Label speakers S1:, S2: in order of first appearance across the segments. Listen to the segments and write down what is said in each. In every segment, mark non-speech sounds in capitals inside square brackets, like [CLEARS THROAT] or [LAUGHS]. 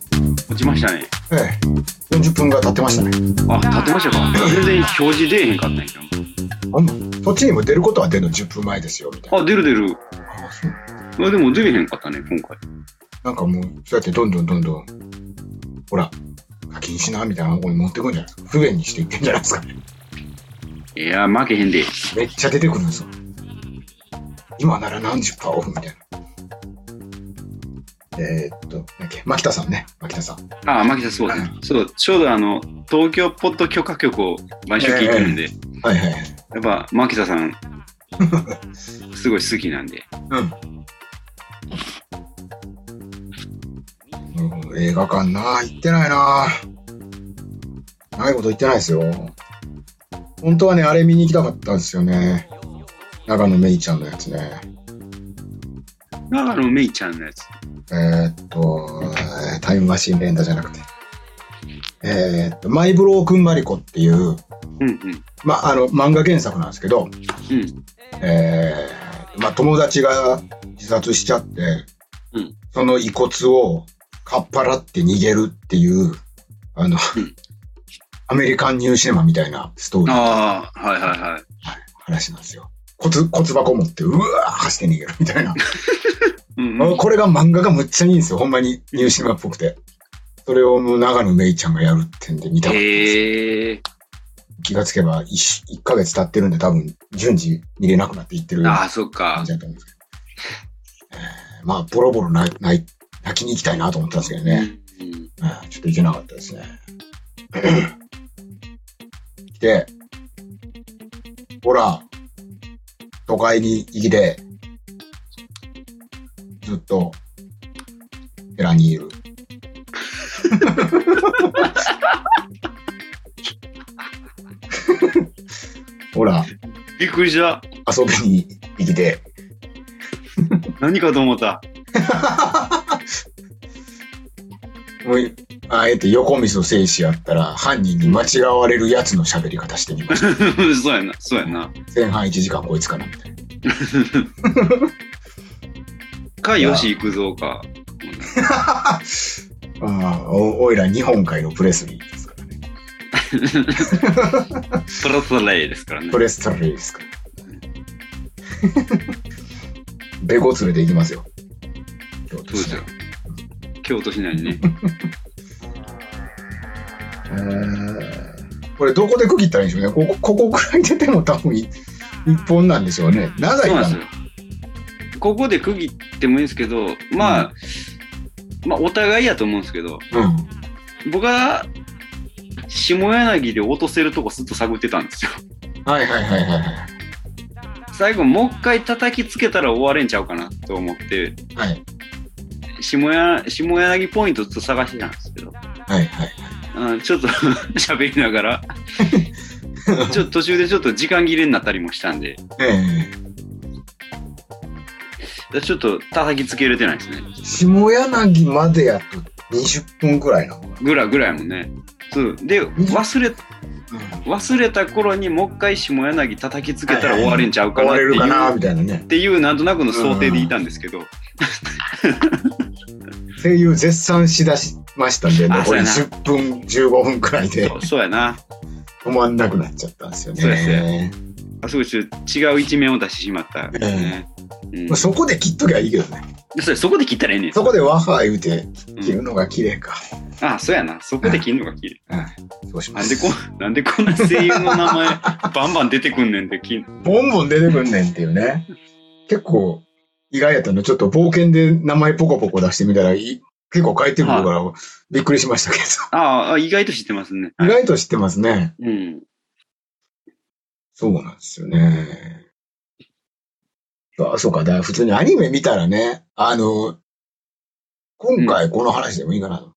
S1: したね。
S2: ええ。40分が経ってましたね。
S1: あ、立ってましたか。全然表示出えへんかったんやけ
S2: あんそっちにも出ることは出るの10分前ですよ、みたい
S1: ど。あ、出る出る。
S2: な。あそう
S1: あでも出えへんかったね、今回。
S2: なんかもう、そうやってどんどんどんどん、ほら、課金しな、みたいな方向に持ってくんじゃないですか。不便にしていってんじゃないですかね。
S1: いやー、負けへんで。
S2: めっちゃ出てくるんですよ。今なら何十パーオフみたいな。えー、っと、なんだっけ、牧田さんね、牧田さん。
S1: あ、牧田そうだね。そう、ちょうどあの、東京ポッド許可局を毎週聞いてるんで、
S2: はいはい
S1: や
S2: はい。
S1: っぱ牧田さ
S2: [LAUGHS]
S1: ん、すごい好きなんで。
S2: なるほど映画館な、行ってないな。ないこと言ってないですよ。本当はね、あれ見に行きたかったんですよね。長野めいちゃんのやつね。
S1: 長野めいちゃんのやつ。
S2: えーっと、えータイムマシン連打じゃなくて。えーっと、マイブロー君マリコっていう、
S1: うんうん。
S2: まあ、あの、漫画原作なんですけど、
S1: うん。
S2: えーまあ、友達が自殺しちゃって、
S1: うん
S2: その遺骨をかっぱらって逃げるっていう、あの、
S1: うん
S2: アメリカンニューシネマみたいなストーリー、はい
S1: ああ、はいはいはい。
S2: 話なんですよ。骨、骨箱持って、うわー走って逃げるみたいな。
S1: うんうん、
S2: これが漫画がむっちゃいいんですよ。ほんまにニューシネマっぽくて。それをもう長野めいちゃんがやるってんで見たかったです
S1: へえ。
S2: 気がつけば 1, 一ヶ月経ってるんで多分順次見れなくなっていってる
S1: ああ、そっか
S2: 感。じだったんですけど。えーまあ、ボロボロ泣い泣い泣きに行きたいなと思ったんですけどね。
S1: うん
S2: うんちょっと行けなかったですね。 [CLEARS THROAT] で、ほら、都会に行きで、ずっと、寺にいる。 [LAUGHS] ほら、
S1: びっくりした。
S2: 遊びに行きで、
S1: 何かと思った。 [LAUGHS]
S2: [LAUGHS] もうあえて横溝正史やったら犯人に間違われるやつの喋り方して
S1: [LAUGHS]
S2: みました
S1: そうやな、そうやな。
S2: 前半1時間こいつ
S1: [LAUGHS]
S2: かなみたいな
S1: か、よし行くぞか。
S2: ああおおいら日本海のプレスリーですからね
S1: プラトレイですからね
S2: プ。レストリーですから [LAUGHS] ベコ連れて行きますよそう
S1: そうですよ。京都市内にね。
S2: これどこで区切ったらいいんでしょうねここここくらい出ても多分い一本なんでしょうね長い
S1: そう
S2: か
S1: な
S2: な
S1: ですよ。
S2: ん
S1: ここで区切ってもいいんですけど、まあ、まあ、お互いやと思うんですけど、
S2: うん
S1: 僕は、下柳で落とせるとこずっと探ってたんですよ。 [LAUGHS]
S2: はいはいはいはいはい
S1: 最後、もう一回叩きつけたら終われんちゃうかなと思って、
S2: はい
S1: 下や下柳ポイントずっと探してたんですけど、
S2: はいはい
S1: あちょっと [LAUGHS] 喋りながら、ちょっと途中でちょっと時間切れになったりもしたんで、
S2: ええ
S1: ちょっと叩きつけれてないですね。
S2: 下柳までやと20分くらいなのか
S1: ぐらぐらやもんね。そうで忘れ忘れた頃にもう一回下柳叩きつけたら終われんちゃうか
S2: 変
S1: なって
S2: われ
S1: いう
S2: るかなみたいなね
S1: っていうなんとなくの想定でいたんですけど、
S2: 声優絶賛しだしましたんで
S1: あ
S2: 残り
S1: そう
S2: 10分15分くらいで
S1: そうそうやな
S2: 止まんなくなっちゃったんですよ
S1: そうです
S2: ね
S1: あすごいちょっと違う一面を出してしまった、ねうん
S2: まあそこで切っときゃいいけどね
S1: それそこで切ったらええねん
S2: そこでワッハー言うて切
S1: う
S2: るのが綺麗か、
S1: んあそうやなそこで切るのが切る
S2: そうしま
S1: なん
S2: す
S1: でこなんでこんな声優の名
S2: [LAUGHS]
S1: 前バンバン出てくんねんって切
S2: ボンボン出てくんねんっていうね結構意外やったのちょっと冒険で名前ポコポコ出してみたらいい結構帰ってくるからびっくりしましたけ
S1: ああ意外と知ってますね、
S2: ど
S1: は
S2: 意
S1: い
S2: 外と知ってますね
S1: うん
S2: そうなんですよね。あそうか、だから普通にアニメ見たらね、あの、今回この話でもいいかな。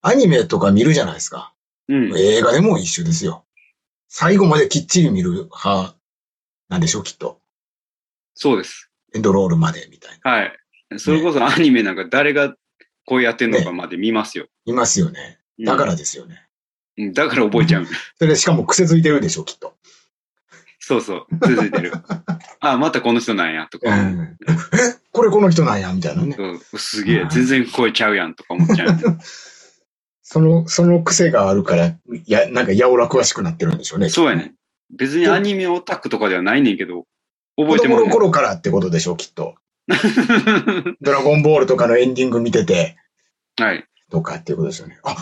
S2: アニメとか見るじゃないですか。
S1: うん
S2: 映画でも一緒ですよ。最後まできっちり見る派なんでしょう、きっと。
S1: そうです。
S2: エンドロールまでみたいな。
S1: はい。それこそアニメなんか誰がこうやってんのかまで見ますよ。。
S2: いますよね。だかららですよね。
S1: うんだから覚えち
S2: [LAUGHS]
S1: ゃう。
S2: それでしかも癖づいてるでしょう、きっと。
S1: そうそう。続いてる。あ、またこの人なんや、と
S2: う
S1: か。
S2: んえ、これこの人なんや、みたいなね。
S1: そうすげえ、全然声ちゃうやん、とか思っちゃう。
S2: その、その癖があるから、や、なんか、やおら詳しくなってるんでしょうね。
S1: そうやね。別にアニメオタクとかではないねんけど、覚
S2: 子
S1: えて
S2: 供
S1: もらう
S2: の頃からってことでしょう、きっと。ドラゴンボールとかのエンディング見てて、
S1: [LAUGHS] はい。
S2: とかっていうことですよね。あ、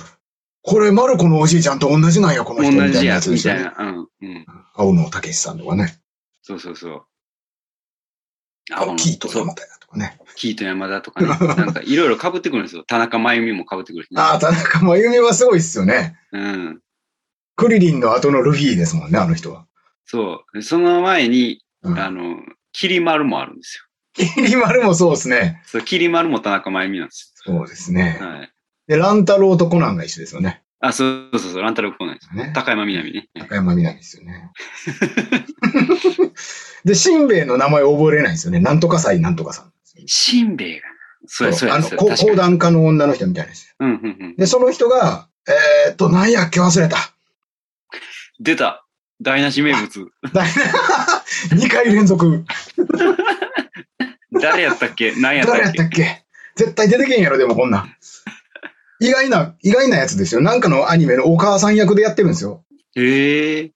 S2: これ、マルコのおじいちゃんと同じなんや、この
S1: 同
S2: 人みたい
S1: じ
S2: な
S1: や
S2: やつ
S1: つ
S2: で
S1: み
S2: すよ
S1: たい
S2: ね。
S1: な。うん。うん。
S2: 青野武さんとかね。
S1: そうそうそう。
S2: 青木
S1: と
S2: とかみたいなとかね。
S1: キート山田と
S2: [LAUGHS]
S1: かね。なんかいろいろ被ってくるんですよ。田中真由美も被ってくるし、ね。
S2: ああ、田中真由美はすごいっすよね。
S1: うん。
S2: クリリンの後のルフィですもんね、あの人は。
S1: そう。その前に、
S2: うん
S1: あの、キリマルもあるんですよ。
S2: キリマルもそうですね。
S1: そう、キリマルも田中真由美なんです
S2: そうですね
S1: よ。。はい。
S2: で、乱太郎とコナンが一緒ですよね。
S1: あ、そうそうそう、ランタルコーナーです。
S2: ね
S1: 高山みなみね。
S2: 高山みなみですよね。 [LAUGHS] で、しんべヱの名前覚えれないんですよね。なんとか祭なんとかさん。
S1: しんべヱがな。そうや、そう
S2: あ
S1: や、
S2: の、
S1: そう
S2: こ
S1: や。
S2: 講
S1: 確かに。
S2: 談家の女の人みたいな人。
S1: うん、うん、うん。
S2: で、その人が、えー、っと、なんやっけ忘れた。 [LAUGHS]
S1: 出た。台無し名
S2: [LAUGHS]
S1: 物。
S2: 2回連続。
S1: 誰やったっけ何やった
S2: 誰や
S1: っ
S2: っ
S1: け
S2: たっけ絶対出てけんやろ、でもこんなん。意外な、意外なやつですよ。なんかのアニメのお母さん役でやってるんですよ。
S1: へえ。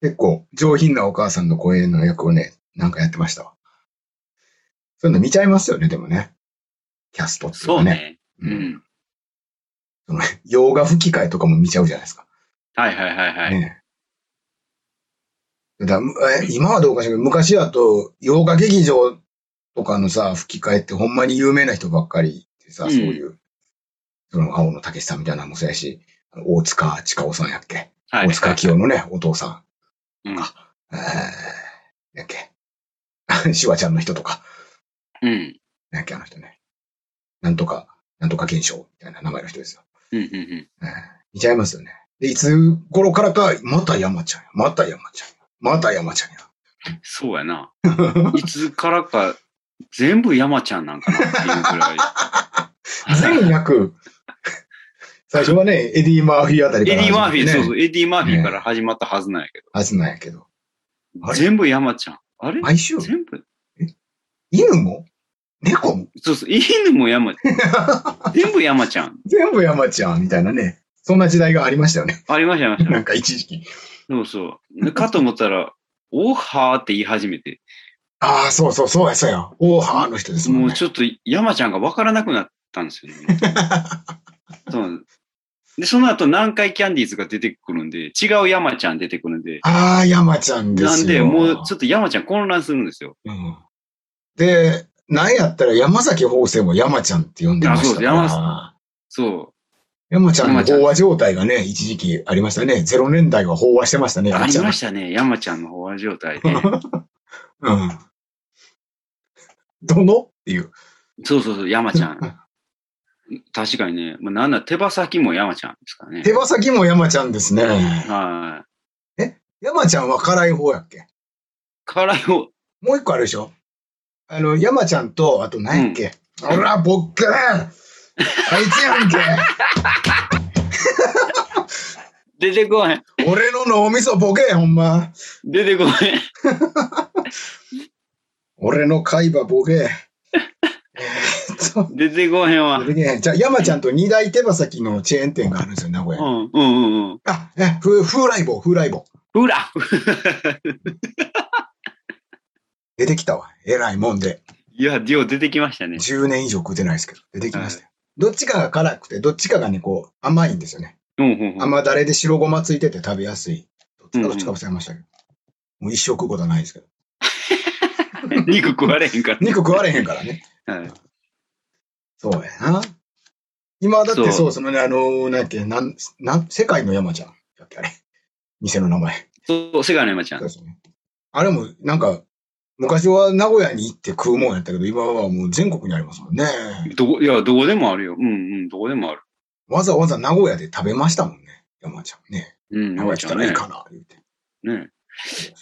S2: 結構、上品なお母さんの声の役をね、なんかやってましたわ。そういうの見ちゃいますよね、でもね。キャストっていう
S1: そう
S2: かね。
S1: ね。う
S2: うん
S1: ん。
S2: その洋画吹き替えとかも見ちゃうじゃないですか。
S1: はいはいはいはい。
S2: ねえだむえ今はどうかしらけど、昔だと洋画劇場とかのさ、吹き替えってほんまに有名な人ばっかりでさ、
S1: うん
S2: そういう、その青野武さんみたいなのもそうやし、あの大塚千夫さんやっけ、
S1: はい。
S2: 大塚清のね、お父さ
S1: うん。
S2: [LAUGHS] ん。えー、やっけ [LAUGHS] シュワちゃんの人とか、
S1: うん。
S2: なんやっけあの人ね。なんとか、なんとか現象みたいな名前の人ですよ。
S1: うん。うんうん。
S2: うん見ちゃいますよね。で、いつ頃からか、また山ちゃんや、また山ちゃんや、また山ちゃんや。
S1: そうやな。いつからか、全部山ちゃんなんかなっていうくらい。
S2: [LAUGHS] 全役。最初はね、エディ・マーフィーあたりか
S1: エ
S2: ら
S1: デ
S2: 始
S1: ィ・マ
S2: ま
S1: ー
S2: っ
S1: フ
S2: て
S1: ィ
S2: ね、
S1: ー、そうそう、エディ・マーフィーから始まったはずなんやけ
S2: はずなんやけど。
S1: ど。
S2: あれ
S1: 全部山ちゃん。あれ
S2: 毎週、
S1: 全部
S2: 犬も猫も
S1: そうそう、犬も山ちゃん。全部山ちゃん。
S2: 全部山ちゃんみたいなね。そんな時代がありましたよね。 [LAUGHS]
S1: ありました、ありました。
S2: なんか一時期。
S1: そうそう。でかと思ったら、オーハーって言い始めて、
S2: ああ、そうそう、そうや、そうや。オーハーの人です
S1: も
S2: もん
S1: う
S2: ね。
S1: ちょっと山ちゃんがわからなくなったんですよ、
S2: [LAUGHS]
S1: ね。そうで、その後南海キャンディーズが出てくるんで、違う山ちゃん出てくるんで、
S2: ああ、山ちゃんで
S1: な
S2: す
S1: んで、
S2: よ。
S1: もうちょっと山ちゃん混乱するんですよ。
S2: うんで、なんやったら山崎法政も山ちゃんって呼んでましたから。
S1: あそうそ
S2: 山ちゃんの飽和状態がね、一時期ありましたね。ゼロ年代は飽和してましたね、
S1: う。あ
S2: 山
S1: り
S2: ちゃん。
S1: ましたね、山ちゃんの飽和状態
S2: [LAUGHS]
S1: で。
S2: うん。どのっていう。
S1: そうそうそう、山ちゃん。確かにね、まあ、なんなら手羽先も山ちゃんですからね
S2: 手。羽先も山ちゃんですね。
S1: はい。
S2: 山ちゃんは辛い方やっけ
S1: 辛いを、
S2: もう一個あるでしょあの、山ちゃんと、あと何やっけ、ほら、ボッケあいつや
S1: [LAUGHS]
S2: んけ
S1: 出てこへん。
S2: 俺の脳みそボケほんま。
S1: 出てこへん。
S2: 俺の海馬
S1: [LAUGHS]
S2: ボケえーっと。
S1: 出てこへんわ。うん
S2: でね、じゃあ山ちゃんと二大手羽先のチェーン店があるんですよ、名古屋に。
S1: うんうんうん。
S2: あ、え、ふ風来坊、風来坊。
S1: ほら
S2: 出てきたわ。えらいもんで。
S1: いや、ディオ出てきましたね。
S2: 10年以上食ってないですけど、出てきましたよ。どっちかが辛くて、どっちかがね、こう、甘いんですよね。
S1: うんうんうん。
S2: 甘だれで白ごまついてて食べやすい。どっち
S1: うんう
S2: か
S1: ん
S2: どっちか忘れましたけど。もう一生食うことはないですけど。
S1: 肉食われへんから。
S2: 肉食われへんからね。
S1: はい
S2: そうやな。今だって
S1: そ
S2: そうう、そのね、あのー、なんやっけ、なん、なん、世界の山ちゃん。やっけ、あれ。店の名前。
S1: そう、セガの山ちゃ
S2: そうんで。すね。あれも、なんか、昔は名古屋に行って食うもんやったけど、今はもう全国にありますもんね。
S1: どこ、いや、どこでもあるよ。うんうん、どこでもある。
S2: わざわざ名古屋で食べましたもんね。山ちゃんね。
S1: うん、
S2: 名
S1: 山
S2: 古屋来
S1: ち
S2: た
S1: ゃん
S2: らいい
S1: ね。
S2: かな、言うて。
S1: ね。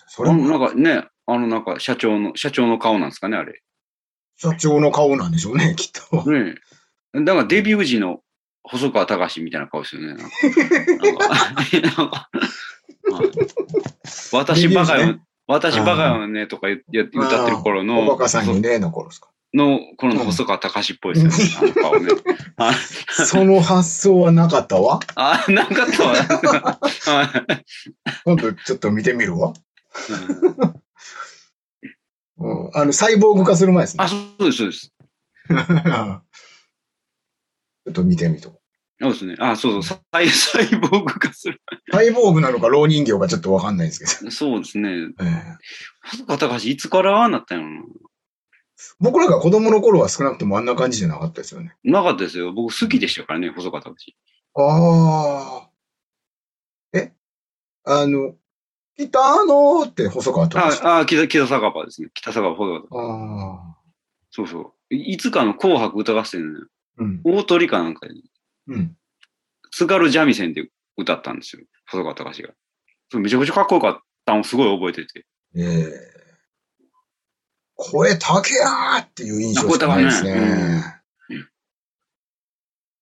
S2: そ
S1: あ
S2: れ
S1: の、な
S2: も
S1: んかね、あの、なんか、社長の、社長の顔なんですかね、あれ。
S2: 社長の顔なんでしょうね、きっと。
S1: ね。だから、デビュー時の細川隆みたいな顔してるね。なんかなんかなんかはい私バカ
S2: デビュー時
S1: よ、私バカよね、とか言って
S2: あー
S1: 歌ってる頃
S2: お
S1: の
S2: バカさんにね、の頃ですか。
S1: の、この細川隆っぽいですよね。あの顔ね。あ
S2: その発想はなかったわ。
S1: あ、なかったわ。はい
S2: 今度ちょっと見てみるわ。
S1: うん
S2: うん、あの、サイボーグ化する前ですね。
S1: あ、そうです、そうです。
S2: [LAUGHS] ちょっと見てみとこ
S1: そうですね。あ、そうそう。サイサイボーグ化する。
S2: う。サイボーグなのか、老人形かちょっとわかんないんですけ
S1: そうですね。
S2: ど。ええ
S1: 細川隆いつからああなったんやろ
S2: 僕らが子供の頃は少なくともあんな感じじゃなかったですよね。
S1: な。なかったですよ。僕好きでしたからね、細川隆。
S2: ああ。えあの、北野って細川隆史。あ
S1: あ、あ北北酒場ですね。北酒場細川隆。
S2: あ
S1: そうそう。いいつかの紅白歌合戦ね、
S2: ー。うん。
S1: 大鳥かなんかで、
S2: うん。
S1: 津軽三味線で歌ったんですよ。細川隆が。それめちゃくちゃかっこよかったのをすごい覚えてて。
S2: ええ声高やーっていう印象しかないですね。
S1: 声高いね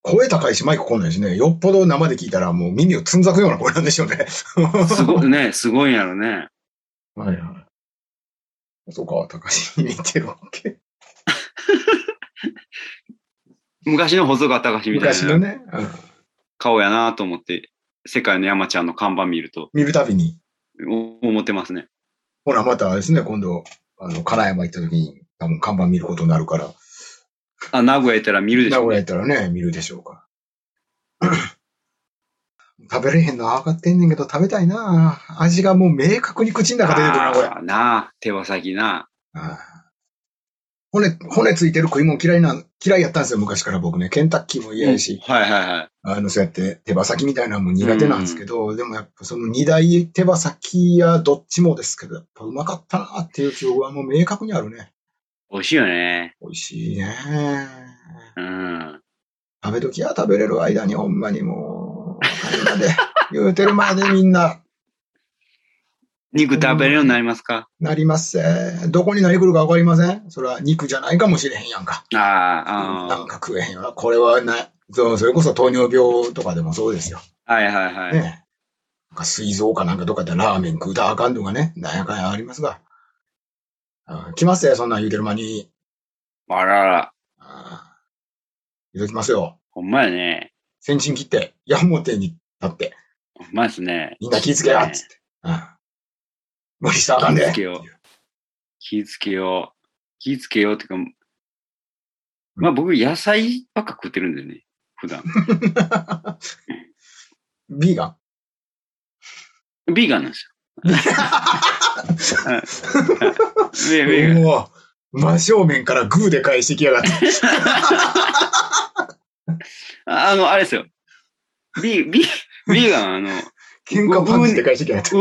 S2: 声高いし、マイク来ないしね。よっぽど生で聞いたらもう耳をつんざくような声なんでしょうね。
S1: すごいね、すごいんやろね。
S2: [LAUGHS] はいはい。細川隆史に似てるわけ。
S1: 昔の細川隆みた
S2: 昔の
S1: いな
S2: ね、うん
S1: 顔やなと思って、世界の山ちゃんの看板見ると、
S2: 見るたびに。
S1: お思ってますね。
S2: ほら、またあれですね、今度、あの、金山行った時に、多分看板見ることになるから、
S1: あ、名古屋行ったら見るでし
S2: 名
S1: ょ
S2: 古屋行ったらね、見るでしょうから。 [COUGHS] 食べれへんの上がってんねんけど、食べたいな味がもう明確に口の中出てくるな、これ。
S1: あーなあ、手羽先な。
S2: あー骨、骨ついてる食い物嫌いな、嫌いやったんですよ、昔から僕ね。ケンタッキーも嫌やし、
S1: うんはいはいはい。
S2: あの、そうやって手羽先みたいなのも苦手なんですけど、でもやっぱその二大手羽先やどっちもですけど、やっぱうまかったなっていう記憶はもう明確にあるね。
S1: 美味しいよね。
S2: 美味しいね
S1: うん。
S2: 食べときは食べれる間にほんまにもう、あれま
S1: [LAUGHS]
S2: で、言うてるまでみんな、
S1: 肉食べれるようになりますか、
S2: なりますせ。どこに何来るかわかりませんそれは肉じゃないかもしれへんやんか。
S1: あ
S2: な
S1: あ、あ
S2: んか食えへんよな。これはな、そうそれこそ糖尿病とかでもそうですよ。
S1: あ。はいはいはい。
S2: ねなんか膵臓かなんかどっかでラーメン食うたらあかんとかね、なんやかんやありますが。あ来ますよ、そんなん言うてる間に。
S1: あらら。
S2: あ言うときますよ。
S1: ほんまやね。
S2: 先陣切って、矢面に立って。
S1: ほんまですね。
S2: みんな気ぃつけやっつって。うん無理したらあかんで。
S1: 気ぃつけよ気ぃつけよう。気ぃつけようってか、まあ僕野菜ばっか食ってるんだよね。普段。 [LAUGHS]
S2: ビーガン
S1: ビーガンなんです
S2: [LAUGHS]
S1: よ。はいビービーガン。
S2: もう、真正面からグーで返してきやがって。
S1: ああの、あれですよ。ビー、ビー、ビーガン、あ
S2: [LAUGHS]
S1: の、
S2: 喧嘩パンチで返してきやがって。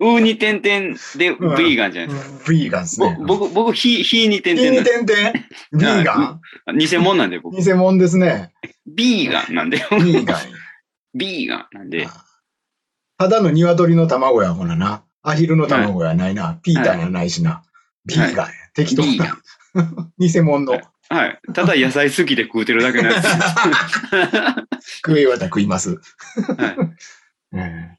S1: う、うに点々で
S2: うん
S1: ビーガンじゃないですか。
S2: ビーガンっすね。
S1: ぼ僕、僕、ひ、ひに点
S2: て
S1: 々
S2: ん
S1: なんで
S2: てんてん。ビーガ
S1: 偽物なんで
S2: ン
S1: 僕。
S2: 偽物ですね。
S1: ビーガンなんで。
S2: ビーガン。
S1: [LAUGHS] ビーガンなんで。
S2: ただの鶏の卵やほらな。アヒルの卵やないな。ピーターやないしな。ビーガンや。適当
S1: ビーガ
S2: な。偽物の。
S1: ン。はい。ただ野菜好きで食うてるだけなんです。
S2: [LAUGHS]
S1: は
S2: 食えた食います。
S1: い
S2: うん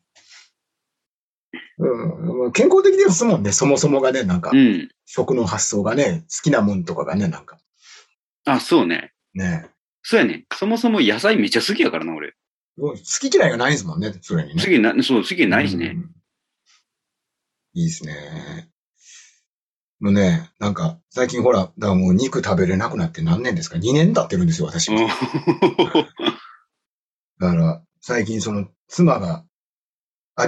S2: うん、健康的ですもんね、そもそもがね、なんか
S1: う、ん。
S2: 食の発想がね、好きなもんとかがね、なんか。
S1: あ、そうね。
S2: ね
S1: そうやね。そもそも野菜めっちゃ好きやからな、俺。
S2: 好き嫌いがないですもんね、それに
S1: 好
S2: ね。
S1: きな、そう、好きないしね。
S2: うん。いいですね。もうね、なんか、最近ほら、だからもう肉食べれなくなって何年ですか ?2 年経ってるんですよ、私
S1: お
S2: も。
S1: ー
S2: だから、最近その、妻が、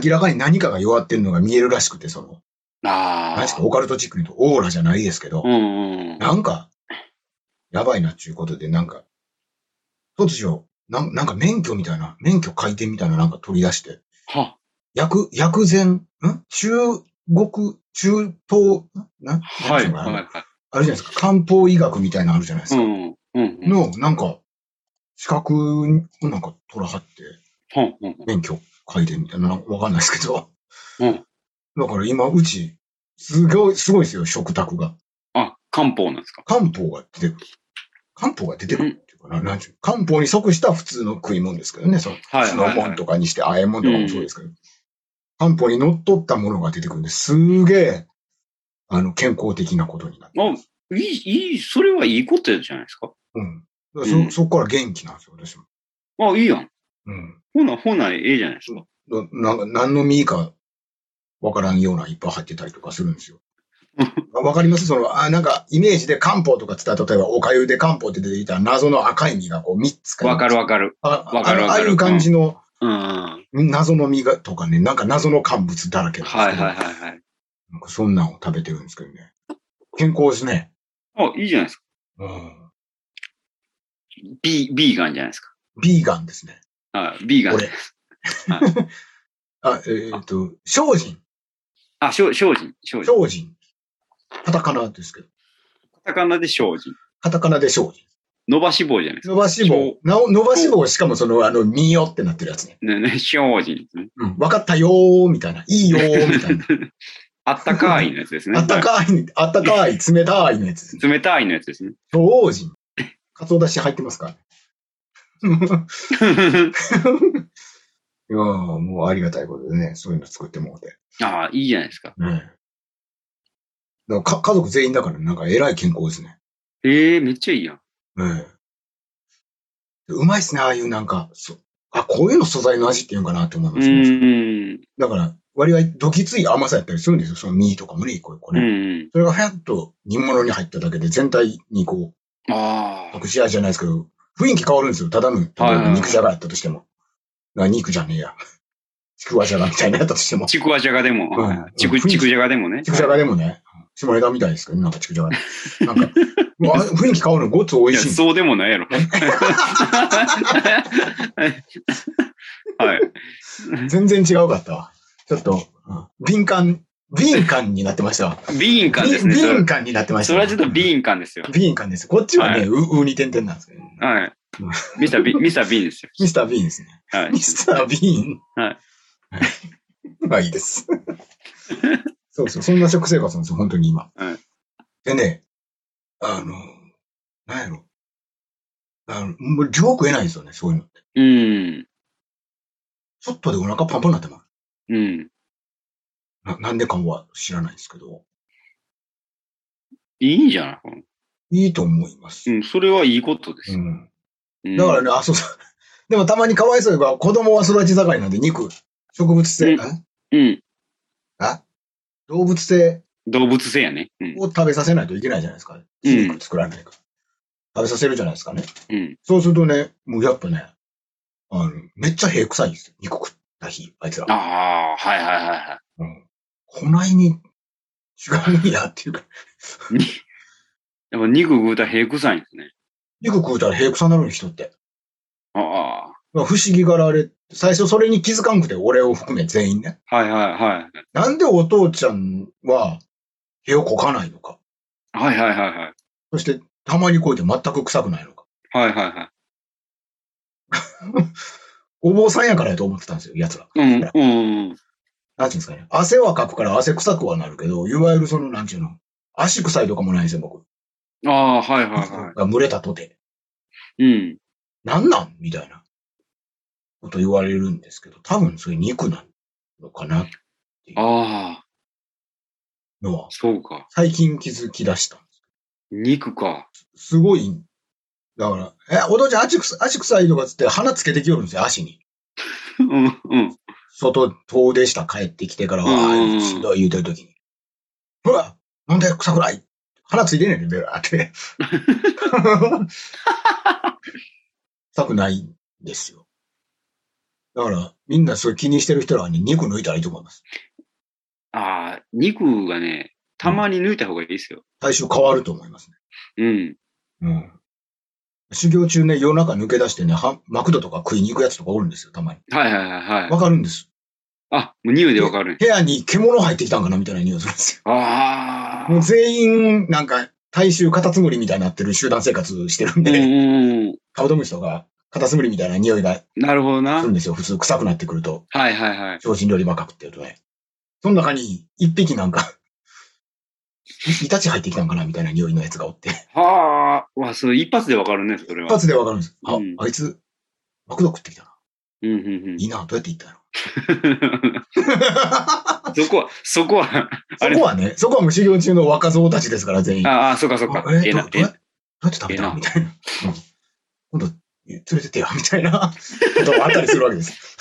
S2: 明らかに何かが弱ってるのが見えるらしくて、その、
S1: [LAUGHS] あ
S2: 何ですか、
S1: あ。
S2: オカルトチックに言うとオーラじゃないですけど、
S1: うんうん。
S2: なんか、やばいなっていうことで、なんか、突如、なんなんか免許みたいな、免許回転みたいななんか取り出して、
S1: は、
S2: 薬、薬膳、ん中国、中東、な、な
S1: は
S2: んて
S1: い、
S2: うのかな
S1: はい、は
S2: あるじゃないですか。漢方医学みたいなのあるじゃないで
S1: い。う
S2: すか。
S1: んうん、うんうん。
S2: の、なんか、資格をなんか取らはって、
S1: ほんほんほん
S2: 免許回転みたいな、なんかわかんないですけど。
S1: うん
S2: だから今、うち、すごい、すごいですよ、食卓が。
S1: あ、漢方なんですか。
S2: 漢方が出てくる。漢方が出てくるっていうかな、なんちゅう漢方に即した普通の食い物ですけどね、その、
S1: はいはい
S2: 酢の
S1: はい
S2: 物とかにして、あえ物とかもそうですけど、漢方に乗っ取ったものが出てくるんです、すげえ、あの、健康的なことになって。
S1: お、いい、いい、それはいいことじゃないですか。
S2: うん。だ
S1: う
S2: から
S1: ん
S2: そ、そこから元気なんですよ、私も。
S1: あ、いいやん。
S2: うん。
S1: ほな、ほな、ええじゃないですか。
S2: ななんか何の実かわからんようないっぱい入ってたりとかするん
S1: [LAUGHS]
S2: ですよ。わかりますその、あ、なんか、イメージで漢方とか伝った、例えば、おかゆで漢方って出てきた謎の赤い実がこう3つ
S1: わかるわ
S2: か
S1: かる。
S2: る。あ
S1: わかる
S2: あの
S1: わ
S2: あ
S1: か
S2: あ
S1: る
S2: いう感じの
S1: うん。はい
S2: 謎の実がとかね、なんか謎の乾物だらけなんですけど
S1: はいはいはい。
S2: なんかそんなんを食べてるんですけどね。健康ですね。
S1: あ、いいじゃないですか。
S2: うん。
S1: ビー、ビーガンじゃないですか。
S2: ビーガンですね。
S1: あ、ビーガン。
S2: 俺あ、えーっと、精進。
S1: あ、精進、精進。
S2: 精進。カタカナですけど。
S1: カタカナで精進。
S2: カタカナで精進。
S1: 伸ばし棒じゃないですか。
S2: 伸ばし棒
S1: そ。
S2: なお伸ばし棒しかもその、あの、みよってなってるやつね。
S1: ねね、精進ですね。
S2: うん。わかったよー、みたいな。いいよー、み
S1: [LAUGHS]
S2: たいな。
S1: あったかいのやつですね。
S2: あった
S1: は
S2: かい、あったかい、冷たいのやつですね。
S1: い冷たいのやつですね。 [LAUGHS]
S2: 精進。かつおだし入ってますからね。いやーもうありがたいことでね、そういうの作ってもらって。
S1: ああ、いいじゃないですか。
S2: ねえだからか家族全員だから、なんか偉い健康ですね。
S1: ええめっちゃいいやん。
S2: ええうまいっすね、ああいうなんか、そう。あ、こういうの素材の味っていうのかなって思いうますね。
S1: ーん。
S2: だから、割合どきつい甘さやったりするんですよ。その身とかもね、一個一個
S1: う
S2: ね。
S1: ん。
S2: それがふやっと煮物に入っただけで全体にこ
S1: あ
S2: う、
S1: あ。
S2: 隠し味じゃないですけど、雰囲気変わるんですよ。ただの、例え
S1: はいはいは
S2: ば
S1: い
S2: 肉じゃがやったとしても。あ肉じゃねえや。ちくわじゃがみたいなやったとしても。ち
S1: ちくわじゃがでも
S2: うん、
S1: ちく、ちくじゃがでもね。
S2: くじゃがでもね、下枝みたいですけど、なんかちくじゃが。なんか、もうあ雰囲気変わるのごっつ美
S1: い
S2: 味
S1: や、
S2: しいんですよ
S1: そうでもないやろ。 [LAUGHS] はい。
S2: 全然違うかったわ。ちょっと、うん敏感、敏感になってましたわ。
S1: ビーン感ですね。
S2: び
S1: それ
S2: 敏感になってました
S1: そ
S2: わ。
S1: れはちょっとビーン感ですよ。
S2: 敏感です。こっちはね、、
S1: はいう
S2: うに点々なんですけど、
S1: はい。ミスタービーン、ミスタービーンですよ。
S2: ミスター・ビーンですね。
S1: はい
S2: ミ。スター・ビーン。
S1: はい
S2: はい。まあいいです。そうそう、そんな食生活なんですよ、本当に今。
S1: はい
S2: でね、あの、なんやろ。あの、もう量食えないんですよね、そういうのって。
S1: うん。
S2: ちょっとでお腹パンパンになってます。
S1: うん。
S2: ななんでかは知らないですけど、
S1: いいんじゃないこの
S2: いいと思います。
S1: うん、それはいいことです
S2: う。ん。
S1: うん
S2: だからね、あ、そうそう。 [LAUGHS] でもたまにかわいそうが、子供は育ち盛りなんで肉、植物性、
S1: うん
S2: あ
S1: うん。
S2: あ動物性
S1: 動物性やね。うん。
S2: を食べさせないといけないじゃないですか。筋肉作らないから。食べさせるじゃないですかね。
S1: うん。
S2: そうするとね、もうやっぱね、あの、めっちゃ屁臭いんですよ。肉食った日、あいつら。
S1: ああ、はいはいはいはい。
S2: うん。こないに違うんやっていうか、
S1: やっぱ肉食うたら屁臭いんですね。
S2: 肉食うたら屁臭なるの人って。
S1: あ
S2: まあ不思議がられ、最初それに気づかんくて、俺を含め全員ね。
S1: あ、はいはいはい。
S2: なんでお父ちゃんは、屁をこかないのか。
S1: はいはいはいはい。
S2: そして、たまにこうやって全く臭くないのか。
S1: はいは
S2: お坊さんやからやと思ってたんですよ、奴ら。
S1: いはい。うん、うんうん。
S2: なんていうんですかね。汗はかくから汗臭くはなるけど、いわゆるその、なんていうの、足臭いとかもないんですよ、僕。
S1: ああー、はいはいは
S2: が蒸れたとて。
S1: い。うん。
S2: なんなんみたいなこと言われるんですけど、多分そういう肉なのかな
S1: ああ、
S2: のは、
S1: そうか。
S2: 最近気づき出した。
S1: 肉か。
S2: すごい、だから、え、お父ちゃん足臭い足臭いとかつって鼻つけてきよるんですよ、足に。
S1: うんうん。
S2: 外、遠出した帰ってきてから、
S1: うん
S2: わあ、しんどい言うてるときに。ほらなんで臭くない鼻ついてんねんで、あって。臭くないんですよ。だから、みんなそれ気にしてる人らに肉抜いたらいいと思います。
S1: ああ、肉がね、たまに抜いた方がいいですよ。
S2: 体臭変わると思いますね。
S1: うん。
S2: うん。修行中ね、夜中抜け出してね、はマクドとか食いに行くやつとかおるんですよ、たまに。
S1: はいはいはいは
S2: わ
S1: い。
S2: かるんです。
S1: あ、もう匂いでわかる。
S2: 部屋に獣入ってきたんかなみたいな匂いするんですよ。
S1: ああ
S2: もう。全員、なんか、大衆カタツムリみたいになってる集団生活してるん
S1: う
S2: で、
S1: んうんうん。
S2: カブトムシとか、カタツムリみたいな匂いが
S1: なるほどな。
S2: す
S1: は
S2: る
S1: い
S2: んですよ。普通臭くなってくると、
S1: はいはい。
S2: 精進料理ばっか食ってるとね。その中に、一匹なんか、イタチ入ってきたんかなみたいな匂いのやつがおって、
S1: はあ。わ、それ一発でわかるね、それ
S2: 一
S1: は。
S2: 発でわかるんです。あ、
S1: うん
S2: あいつ、マクド食ってきたな。
S1: うんうん
S2: いいな、 [LAUGHS] どうやって行ったの
S1: うん。 [LAUGHS] そこは、そこは、あ
S2: そ
S1: れ
S2: こはね、そこはもう修行中の若造たちですから、全員。
S1: ああ、そうかそうか。
S2: え
S1: ええ
S2: ど
S1: な
S2: ど、う
S1: ええ
S2: やどうやって食べた
S1: ええ
S2: の
S1: な
S2: みたいな。うん [LAUGHS] 今度、連れてってよ、みたいな [LAUGHS] ことがあったりするわけ [LAUGHS] です。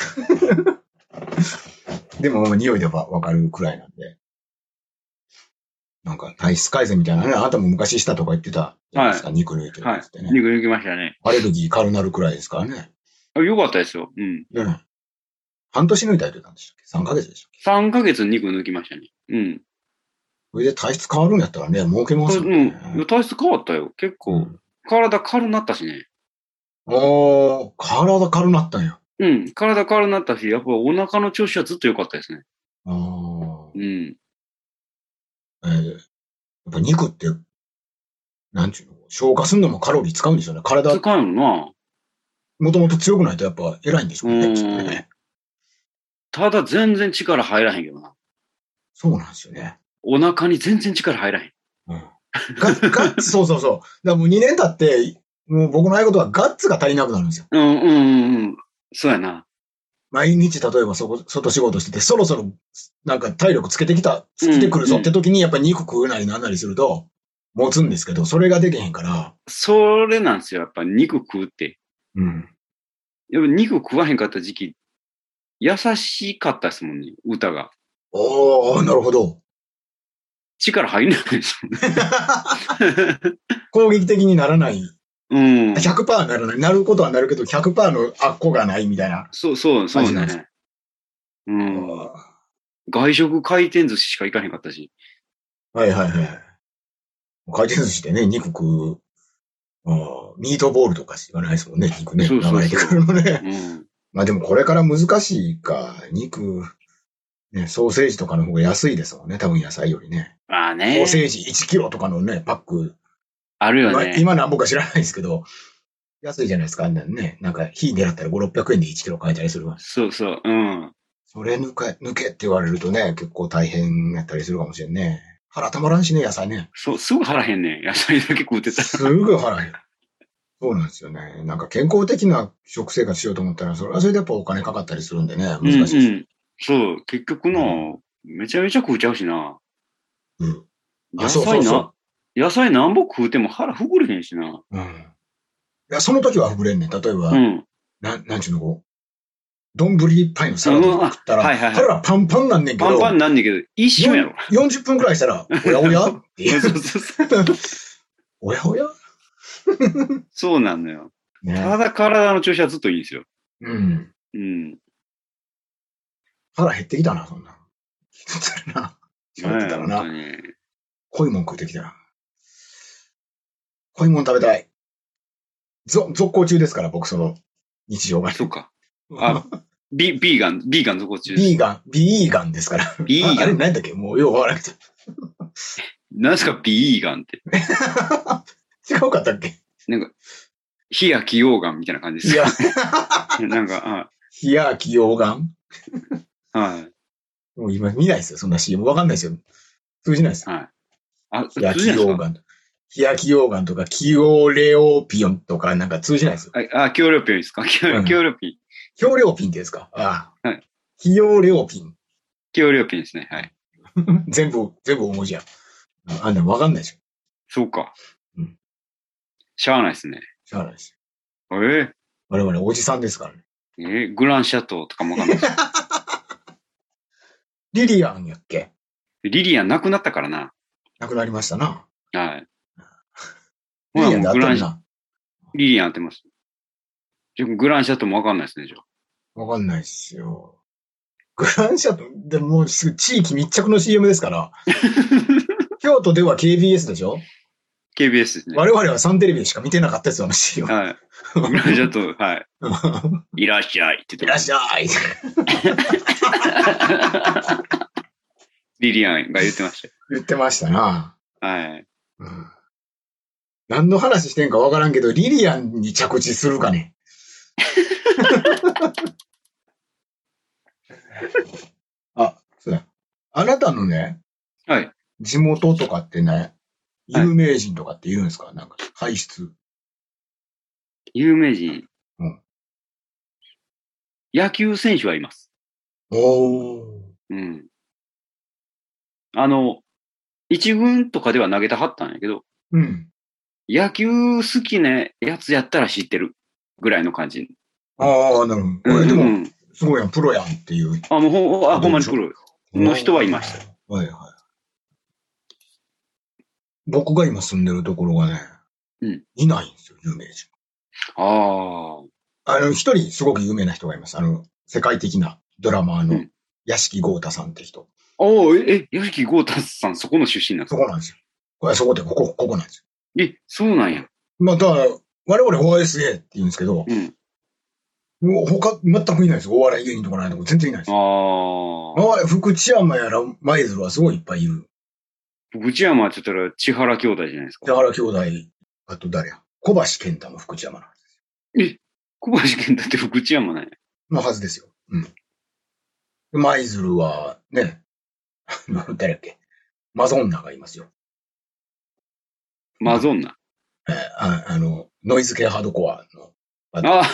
S2: でも、まあ匂いでわわかるくらいなんで。なんか、体質改善みたいなね、あなたも昔したとか言ってたじゃないですか、肉抜いてるっつってね、
S1: 肉抜きましたね。
S2: アレルギー軽なるくらいですからね。
S1: あよかったですよ。うん。
S2: ね半年抜いたりとかなんでしたっけ ?3 ヶ月でしたっけ
S1: 3ヶ月肉抜きましたね。うん。
S2: それで体質変わるんやったらね、儲けますよね。
S1: うん。体質変わったよ。結
S2: う
S1: 構。
S2: ん
S1: 体軽なったしね。
S2: おー、体軽なったんや。
S1: うん。体軽なったし、やっぱお腹の調子はずっと良かったですね。
S2: あー。
S1: うん。
S2: えーやっぱ肉って、なんちゅうの、消化するのもカロリー使うんでしょうね。体、
S1: 使うのな。
S2: もともと強くないとやっぱ偉いんでしょう
S1: う
S2: ね。
S1: ん
S2: きっとね
S1: ただ全然力入らへんけどな。
S2: [LAUGHS] そうなんですよね。
S1: お腹に全然力入らへん。
S2: うん。ガッツ、ガッツ、 [LAUGHS] そうそうそう。だからもう2年経って、もう僕の合言葉はガッツが足りなくなるんですよ。
S1: うんうんうんうん。そうやな。
S2: 毎日例えばそこ、外仕事してて、そろそろなんか体力つけてきた、つけてくるぞって時にやっぱ肉食うなりなんなりすると、持つんですけど、それができへんから、
S1: それなんですよ。やっぱ肉食うって。
S2: うん。
S1: やっぱ肉食わへんかった時期、優しかったですもんね。歌が。
S2: おー、なるほど。
S1: 力入んないですもんね。
S2: [LAUGHS] 攻撃的にならない
S1: うん。
S2: 100%ならない。なることはなるけど、100%のあっこがないみたいな。
S1: そう、そう、そう
S2: マジ
S1: ね。うん。外食回転寿司しか行かへんかったし。
S2: はいはいはい。回転寿司でね、肉食う、あーミートボールとかしかないですもんね、肉ね。
S1: そうそうそう
S2: 流れてくるのね。
S1: うん。
S2: まあでもこれから難しいか、肉、ね、ソーセージとかの方が安いですもんね、多分野菜よりね。
S1: まあ
S2: ソ
S1: ね
S2: ー。セージ1キロとかのね、パック、
S1: あるよ
S2: まあ
S1: ね。
S2: 今なんぼか知らないですけど、安いじゃないですか、あんなんね。なんか、火狙ったら5、600円で1キロ買えたりするわ。
S1: そうそう。うん。
S2: それ抜け、抜けって言われるとね、結構大変やったりするかもしれんね。腹たまらんしね、野菜ね。
S1: そう、すぐ腹へんねん。野菜だけ食うてたら。
S2: すぐ腹減る。そうなんですよね。なんか健康的な食生活しようと思ったら、それはそれでやっぱお金かかったりするんでね、
S1: うんう
S2: 難しいです。
S1: ん。そう、結局な、めちゃめちゃ食うちゃうしな。
S2: うん。あ
S1: 野
S2: そう
S1: 菜
S2: そうそう
S1: な、野菜なんぼ食うても腹ふぐれへんしな。
S2: うん。いや、その時はぶれんねん。例えば、
S1: うん。
S2: なん、なんちゅうのこう、丼一杯のサラダとか食ったら、
S1: うんあはいはいはい
S2: 腹パンパンなんねんけど、
S1: パンパンなんねんけど、一瞬やろ。
S2: よん40分くらいしたら、おやお
S1: [LAUGHS]
S2: やってい
S1: そうう。そうそう。 [LAUGHS]
S2: おやおや
S1: そうなのよ。
S2: ね
S1: た。だ体の調子はずっといいんですよ。
S2: うん。
S1: うん。
S2: 腹減ってきたな、そんなん。 [LAUGHS] 言ってた
S1: ね本
S2: らな。喋ってたらな。
S1: 当に
S2: 濃いもん食うてきたな。濃いもん食べたい。ぞ、続行中ですから、僕その、日常が。
S1: そうか。あ、ビ、ビーガン、ビーガン続行中です。
S2: [LAUGHS] ビーガン、ビーガンですから。
S1: ビー
S2: ああ
S1: ガ
S2: れ
S1: ン。
S2: 何だっけもうようわ [LAUGHS] からなくて。
S1: 何すかビーガンって。
S2: 違うかったっけ
S1: 日焼き溶岩みたいな感じで
S2: い
S1: す
S2: や
S1: [LAUGHS] か。、なんか、
S2: 日焼き溶岩
S1: あはい。
S2: もう今見ないですよ、そんな CM。わかんないですよ。通じないですよ。
S1: はい。あ、
S2: 日
S1: 通
S2: 焼き
S1: じないです
S2: 溶
S1: か
S2: 岩。日焼き溶岩とか、キオレオピオンとかなんか通じないですよ。
S1: あ、あ、キョロピンですかキ
S2: う
S1: ョ
S2: ん
S1: キョロピン。
S2: キオレオピンってですかああ。
S1: はい
S2: キオレオピン。
S1: キョロピンですね。はい。
S2: [LAUGHS] 全部、全部大文字やん。あんなんわかんないでしょ。
S1: そうか
S2: うん。
S1: しゃあないですね。
S2: しゃあないですよ。
S1: えー
S2: 我々おじさんですからね。
S1: えーグランシャトーとかもわかんないです。
S2: リリアンやっけ
S1: リリアン亡くなったからな。
S2: 亡くなりましたな。
S1: はい。
S2: リ
S1: ほ
S2: リ
S1: ら
S2: アンで
S1: もう
S2: あっ
S1: グラ
S2: たよ
S1: ンシャ
S2: な。
S1: リリアンってます。じゃあグランシャトーもわかんないですね、じゃあ
S2: わかんないっすよ。グランシャと、でもうすぐ地域密着の CM ですから。
S1: [LAUGHS]
S2: 京都では KBS でしょ
S1: KBS ですね。
S2: [LAUGHS] 我々はサンテレビでしか見てなかったですよ、あの CM。
S1: はい。グランシャトー、はい。
S2: [LAUGHS]
S1: いらっしゃいって言って
S2: い
S1: ま
S2: らっ
S1: す。
S2: しゃい。
S1: リリアンが言ってまし
S2: 言ってましたな。
S1: たよ。はい。
S2: うん何の話してんかわからんけど、リリアンに着地する
S1: [LAUGHS]
S2: かね。あ、そうだ。あなたのね、
S1: はい。
S2: 地元とかってね、
S1: はい
S2: 有名人とかっているんですか、なんか、排出。
S1: 有名人。
S2: うん
S1: 野球選手はいます。
S2: おー。
S1: うん。あの、一軍とかでは投げたはったんやけど、
S2: うん。
S1: 野球好きなやつやったら知ってるぐらいの感じ。
S2: ああ、なるほど。
S1: う
S2: こ
S1: ん
S2: れで
S1: う
S2: も、
S1: ん。
S2: すごいやん、プロやんっていう。。
S1: あ、もうほん、あ、ほんまにプロ。の人はいました
S2: はいはい。僕が今住んでるところがね、
S1: うん
S2: いないんですよ、有名人。
S1: あ
S2: あの、一人すごく有名な人がいます。あの、世界的なドラマー
S1: う
S2: の
S1: ん
S2: 屋敷豪太さんって人。
S1: あ。おおえ、え、吉木豪太さん、そこの出身なんです
S2: そ
S1: か
S2: こなんですよ。これそこで、ここ、ここなんです
S1: え、そうなんや。
S2: よ。まあ、だから、我々 OSA って言うんですけど、
S1: うん。
S2: もう他、全くいないですよ。お笑い芸人とかないとこ全然いないですよ。
S1: ああ。
S2: 周り、福知山やら、舞鶴はすごいいっぱいいる。
S1: 福知山って言ったら千原兄弟じゃないです
S2: だ
S1: か。
S2: から兄弟、あと誰や小橋健太も福知山なんです。
S1: 小橋健太って福知山なんや。
S2: のはずですよ。うん。舞鶴は、ね、あの誰だっけマゾンナがいますよ。
S1: マゾンナ。
S2: えーああの、ノイズ系ハードコアの。
S1: ああ、あ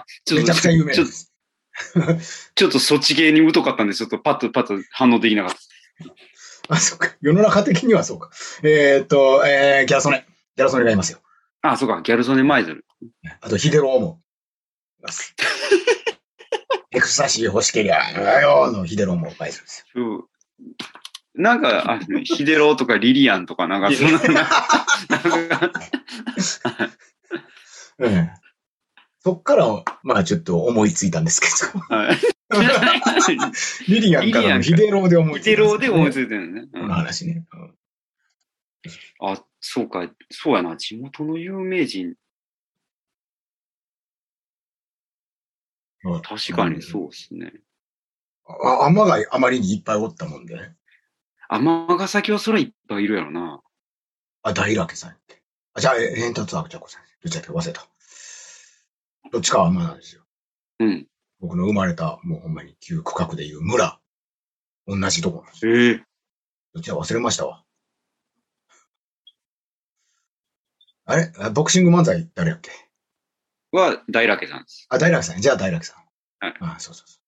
S1: あ、ちょ
S2: め
S1: っ
S2: ち
S1: と、
S2: ゃくちゃ有名
S1: ち
S2: な
S1: ょ
S2: ん
S1: っ
S2: で
S1: と、
S2: す。
S1: ちょっとそっち系に疎かったんで、ちょっとパッとパッと反応できなかった。
S2: あ、そうか。世の中的にはそうか。えーっと、えー、ギャラソネ。ギャラソネがいますよ。
S1: あ、そうか、ギャル曽根舞鶴。
S2: あと、ヒデローもい [LAUGHS] ます。エクサシー欲しけりゃ、あよーのヒデローも舞鶴です
S1: うんなんか、あのヒデロとかリリアンとか、なんか、そんな、なんか、
S2: よ。うん。そっから、まあちょっと思いついたんですけど。 [LAUGHS]
S1: はい
S2: リリアンからのヒデローで思い
S1: ヒ
S2: つい
S1: デ
S2: たん
S1: ロ
S2: すけ
S1: で
S2: どね、
S1: 思いついてるね。う
S2: こ
S1: ん
S2: の話ね。うん
S1: あ、そうか、そうやな、地元の有名人。
S2: うん
S1: 確かにそうですね。
S2: あ、甘があまりにいっぱいおったもんでね。
S1: 尼崎はそらいっぱいいるやろな。
S2: あ、大楽さんやっけ。あ、じゃあ、え変達あちゃこさん。どっちだっけ忘れた。どっちかは甘なんですよ。
S1: うん。
S2: 僕の生まれた、もうほんまに旧区画でいう村。同じとこなんですよ。
S1: ええ
S2: どっちだ忘れましたわ。あれあボクシング漫才誰やっけ
S1: は大楽さんです。
S2: あ、大楽さんや。じゃあ大楽さん。
S1: はい
S2: あそうそうそ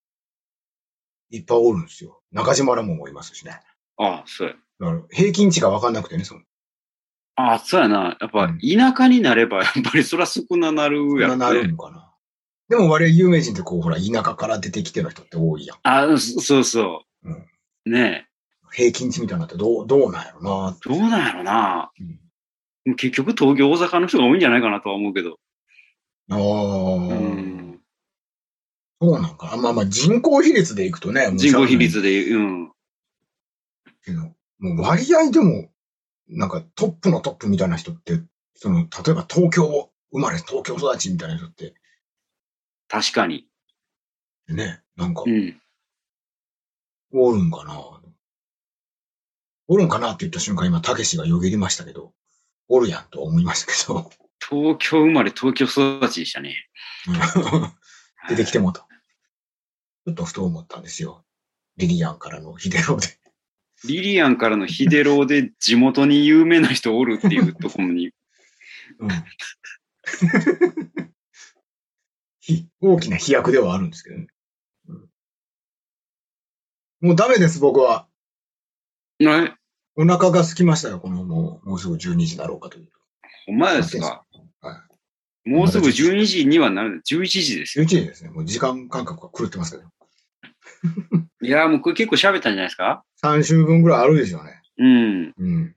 S2: う。いっぱいおるんですよ。中島らももいますしね。
S1: ああ、そうや。
S2: だから平均値がわかんなくてね、その。
S1: ああ、そうやな。やっ
S2: う
S1: ぱ
S2: ん、
S1: 田舎になれば、やっぱりそら少ななるや
S2: な
S1: ろ、
S2: なる
S1: ね。
S2: んかな。でも我々有名人ってこう、ほら、田舎から出てきてる人って多いやん。
S1: ああ、そそうそう。
S2: うん
S1: ねえ。
S2: 平均値みたいなのってどう、どうなんやろな。
S1: どうなんやろな。
S2: うん
S1: もう結局東京、大阪の人が多いんじゃないかなとは思うけど。
S2: ああ、
S1: うん、
S2: そうなんかな。まあまあ人口比率でいくとね。もう
S1: 人口比率で、うん。
S2: けどもう割合でも、なんかトップのトップみたいな人って、その、例えば東京生まれ、東京育ちみたいな人って、
S1: 確かに。
S2: ね、なんか
S1: う、ん。
S2: おるんかな。おるんかなって言った瞬間、今、たけしがよぎりましたけど、おるやんと思いましたけ
S1: [LAUGHS]
S2: ど、
S1: 東京生まれ、東京育ちでしたね。
S2: うん出てきてもうた。ちょっとふと思ったんですよ。リリアンからのヒデロで。
S1: リリアンからのヒデローで地元に有名な人おるっていうところに、 [LAUGHS]
S2: うん [LAUGHS] ひ大きな飛躍ではあるんですけどね。うんもうダメです、僕は。
S1: ね、
S2: お腹が空きましたよ、このもう、もうすぐ12時だろうかという。
S1: ほんまですか
S2: は。
S1: もうすぐ12時にはなる、11時ですよ。
S2: 11時ですね。もう時間感覚が狂ってますけど。
S1: いやー、もうこれ結構喋ったんじゃないですか
S2: 3週分ぐらいあるでしょうね。
S1: うん。
S2: うん。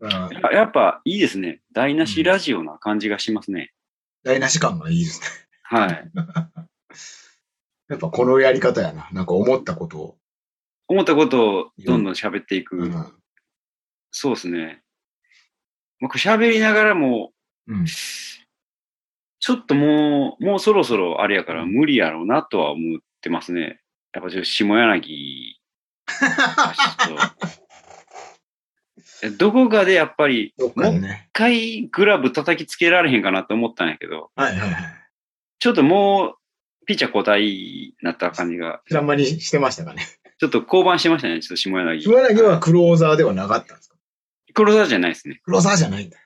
S2: だから
S1: ややっぱいいですね。台無しラジオな感じがしますね。
S2: 台無し感がいいですね。
S1: はい。
S2: やっぱこのやり方やな。なんか思ったことを。
S1: 思ったことをどんどん喋っていく。
S2: うん
S1: そうですね。まあ、これ喋りながらも、
S2: [LAUGHS] うん。
S1: ちょっともう、もうそろそろあれやから
S2: うん
S1: 無理やろうなとは思ってますね。やっぱちょっと下柳がちょっ [LAUGHS] と。えどこかでやっぱり、
S2: どっかでね
S1: 一。回グラブ叩きつけられへんかなと思ったんやけど、
S2: はいはいはい。
S1: ちょっともう、ピッチャー交代になった感じが、
S2: ちなまにしてましたかね。
S1: ちょっと降板してましたね、ちょっと下柳。
S2: 島柳はクローザーではなかったんですか
S1: 黒沢じゃないですね。
S2: クローザーじゃないんだ。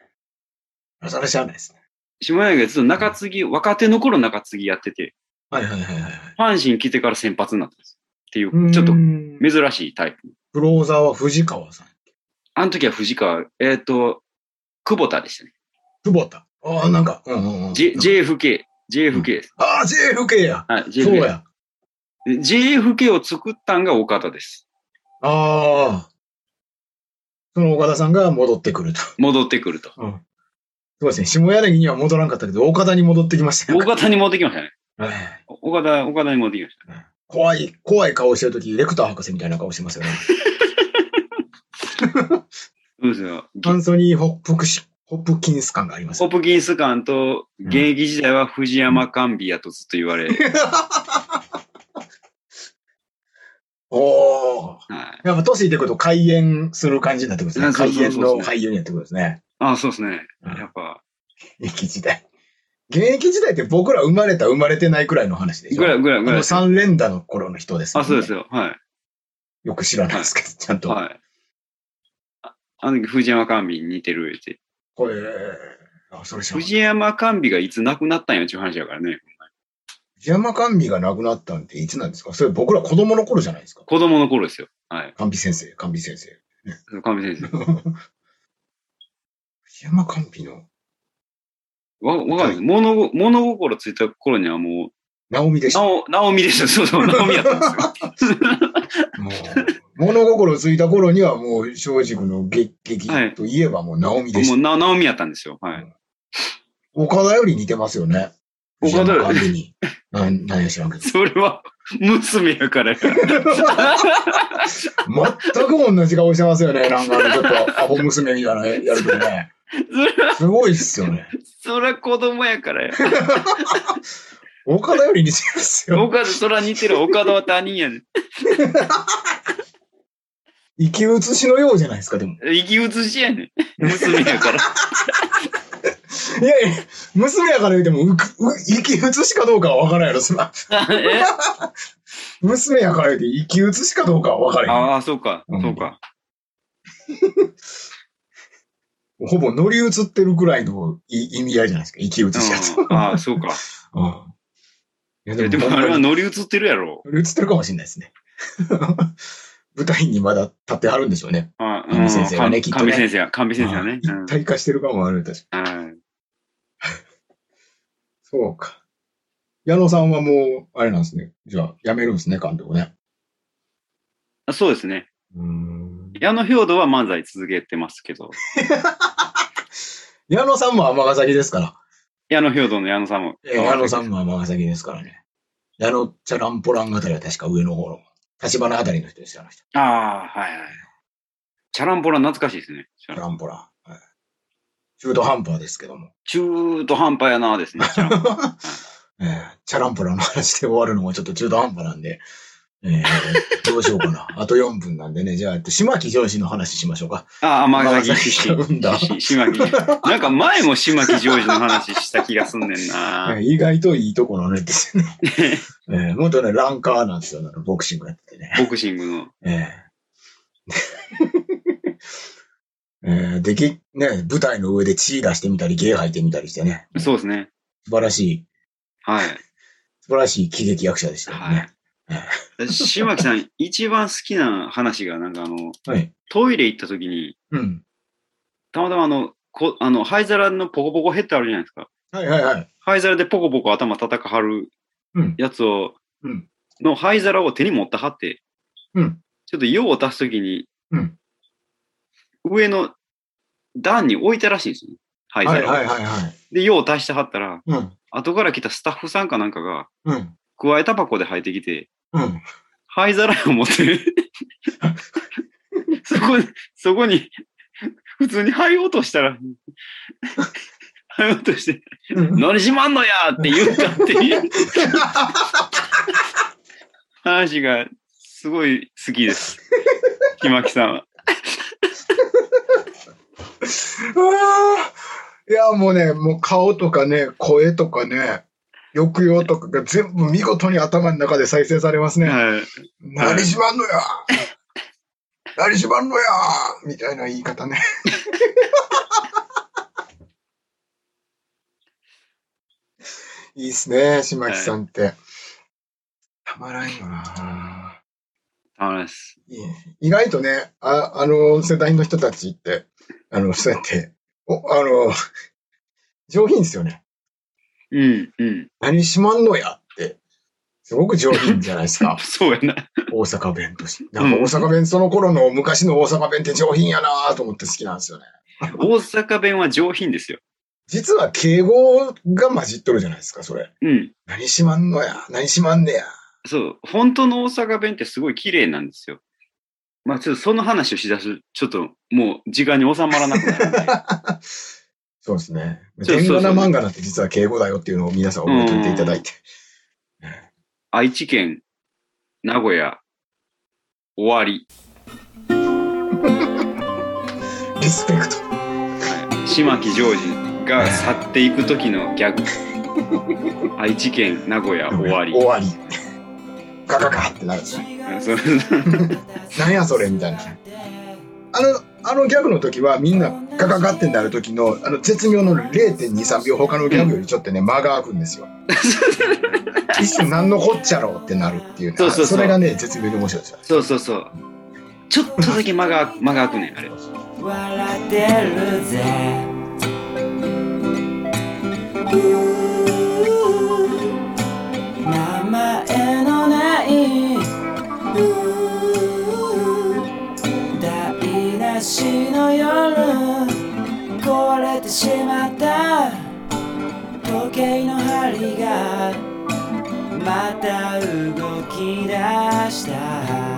S2: それ知らないですね。
S1: 下柳がずっと中継ぎ、若手の頃中継ぎやってて、
S2: はいはいはいはい。
S1: 阪神来てから先発になったんです。っていう
S2: ー
S1: う、
S2: ん
S1: ちょっと珍しいタイプ。
S2: クローザーは藤川さん。
S1: あの時は藤川、えっ、と、久保田でしたね。
S2: 久保田。ああ、なんか、うんうんうん。
S1: J、JFK。JFK です。
S2: ああ、JFK や。
S1: はい、
S2: そう
S1: JFK。
S2: や。
S1: で JFK を作ったんが岡田です。
S2: ああ。その岡田さんが戻ってくると。す
S1: 戻ってくると。
S2: ごいですね。下柳には戻らんかったけど、岡田に戻ってきましたよ。
S1: 岡田に戻ってきましたね。
S2: はい
S1: 岡田、岡田に戻ってきました。
S2: 怖い、怖い顔してるとき、レクター博士みたいな顔してますよね。
S1: そうですよ。
S2: アンソニー・ホップクシホップキンス感があります
S1: ホ。プキンス感と、現役時代は藤山寛美やとずっと言わ
S2: [LAUGHS]
S1: れ、
S2: おー。
S1: はい。
S2: やっぱ年いってくると開演する感じになってくるんです
S1: う
S2: ね。
S1: んそうそう
S2: 開
S1: そう
S2: 演
S1: そう
S2: の俳優になってくるんですね。
S1: あそうですね。
S2: うん
S1: やっぱ、
S2: 現役時代。現役時代って僕ら生まれた生まれてないくらいの話でしょ。
S1: ぐらいぐらいぐ
S2: あ
S1: らい
S2: の。三連打の頃の人です、
S1: あ、そうです
S2: よ。
S1: よ。はい。
S2: よく知らないですけど、ちゃんと。
S1: はい。ああの時藤山寛美に似てる言うて。
S2: これ、あ、それ知らない
S1: 藤山寛美がいつ亡くなったんやっていう話やからね。
S2: 藤山甘美が亡くなったんっていつなんですかそれ僕ら子供の頃じゃないですか。
S1: 子供の頃ですよ。はい。
S2: 甘美先生、甘美先生。 [LAUGHS]
S1: 神先生。
S2: 藤山甘美の、
S1: わ、わかんない。物ご、物心ついた頃にはも
S2: 直美で
S1: う、
S2: し
S1: な
S2: た。
S1: お、なおみでした。そう
S2: [LAUGHS]
S1: そう、なおみやったんですよ。
S2: もう物心ついた頃にはもう正直の劇劇
S1: はい
S2: といえばもう直美でし
S1: も
S2: た。
S1: うな、なおみやったんですよ。はい。
S2: 岡田より似てますよね。
S1: 岡田より
S2: より。に。うん何や知らんけど。
S1: それは、娘やからや。 [LAUGHS]
S2: 全く同じ顔してますよね。なんかあのちょっとアホ娘みたいなのやると
S1: [LAUGHS]
S2: ね。すごいっすよね。
S1: そら子供やからや。
S2: 岡田より似てますよ。
S1: 岡田、そら似てる。岡田は他人やね。
S2: 生き写しのようじゃないですか、でも。
S1: 生き写しやね。娘やから。
S2: いやいや、娘やから言うても、うく、う、生き写しかどうかは分からんやろ、そら。 [LAUGHS]
S1: え
S2: 娘やから言うて、生き写しかどうかは分からへん。
S1: ああ、そうか、そう
S2: [LAUGHS]
S1: か。
S2: ほぼ乗り移ってるくらいのい意味合いじゃないですか、生き写しやと。
S1: うん、ああ、そうか。
S2: うん。いや、
S1: いやでもあれは乗り移ってるやろ。
S2: 乗り移ってるかもしれないですね。 [LAUGHS] 舞台にまだ立ってはるんでしょうね。
S1: ああ、
S2: 神先生はねきっとね
S1: 神先生は、神先生はね。
S2: 一体化してるかもある、確かに。
S1: うんはい
S2: そうか。矢野さんはもう、あれなんですね。じゃあ、辞めるんですね、監督ね。
S1: あそうですね。
S2: うーん。
S1: 矢野兵道は漫才続けてますけど、
S2: 矢野さんも尼崎ですから。
S1: 矢野兵道の矢野さんも。
S2: えー矢野さんも尼崎ですからね。矢野チャランポランあたりは確か上の方の、立花あたりの人ですよ、あの人。
S1: ああ、はいはい。チャランポラン懐かしいですね。チャ
S2: チャ
S1: ラン
S2: ランポラン。はい中途半端ですけども。
S1: 中途半端やなですね。チャランポラン
S2: えーチャランポランの話で終わるのもちょっと中途半端なんで、えーどうしよう
S1: [LAUGHS]
S2: かな。あと4分なんでね、じゃあ、島木上司の話しましょうか。
S1: ああ、尼崎出身
S2: 尼崎が生んだ
S1: 出身。島木。なんか前も島木ジョージの話した気がすんねん
S2: え
S1: な
S2: ー。意外といいところねですね。
S1: [LAUGHS]
S2: えー元ね、ランカーなんですよ、あのボクシングやっててね。
S1: ボクシングの。
S2: ええ [LAUGHS] ええでき、ね、舞台の上で血出してみたり、芸吐いてみたりしてね、
S1: そうですね。
S2: 素晴らしい、
S1: はい。
S2: 素晴らしい喜劇役者でしたよね。
S1: はい。島木さん、一番好きな話が、なんかあの、
S2: はい。
S1: トイレ行った時に、
S2: うん。
S1: たまたまあの、こあの、灰皿のポコポコヘッドあるじゃないですか。
S2: はいはいはい。
S1: 灰皿でポコポコ頭叩かはる
S2: うん。
S1: やつを、
S2: うん
S1: の灰皿を手に持ってはって、
S2: うん
S1: ちょっと用を足す時に、
S2: うん
S1: 上の段に置いたらしいんですよ。灰
S2: はい
S1: 皿を。
S2: はいはいはい。
S1: で、用を足してはったら、
S2: うん。
S1: 後から来たスタッフさんかなんかが、
S2: うん。
S1: くわえタバコで吐いてきて、
S2: うん。
S1: 灰皿を持
S2: [LAUGHS]
S1: って、そこに、そこに、普通に灰落とした
S2: [LAUGHS]
S1: ら、灰落として、
S2: うん。
S1: 何しまんのやって言うかっていう話が、すごい好きです。 [LAUGHS] 木巻さんは。
S2: あ [LAUGHS] ーいや、もうね、もう顔とかね、声とかね、抑揚とかが全部見事に頭の中で再生されますね。
S1: はい。
S2: 何しまんのや何しまんのやみたいな言い方 [LAUGHS] ね。いいっすね、島木さんって。たまらんよな
S1: たまらないです。
S2: いえ意外とね、ああの世代の人たちって、あの、そうやって、お、あの、上品ですよね。
S1: うん、うん。。
S2: 何しまんのやって、すごく上品じゃないですか
S1: [LAUGHS] そうやな。
S2: 大阪弁として。なんか大阪弁、その頃の昔の大阪弁って上品やなと思って好きなんですよね。
S1: 大阪弁は上品ですよ。
S2: 実は敬語が混じっとるじゃないですか、それ。
S1: うん。
S2: 何しまんのや、何しまんねや。 [LAUGHS]
S1: そう。本当の大阪弁ってすごい綺麗なんですよ。まあ、ちょっとその話をしだすと、ちょっともう時間に収まらなくなるんで。
S2: [LAUGHS] そうですね。
S1: そうそう
S2: 伝語な漫画だって実は敬語だよっていうのを皆さん覚えておいていただいて。
S1: 愛知県、名古屋、終わり。
S2: リスペクト。
S1: はい島木ジョージが去っていく時のギャグ愛知県名古屋終わり
S2: 終わり。カカカって [LAUGHS] なるんですね。
S1: そう
S2: [LAUGHS] なんやそれみたいな。あの、あのギャグの時はみんなカカカってなる時の、あの絶妙の0.23秒他のギャグよりちょっとね、間が空くんで
S1: [LAUGHS]
S2: すよ。一瞬何のこっちゃろうってなるっていうね。
S1: そうそうそう
S2: れがね、絶妙に面白いですよ。
S1: そうそうそうちょっとだけ間が間が空くねんあれ
S3: 笑ってるぜうー名前のない「台無しの夜」「壊れてしまった」「時計の針がまた動き出した」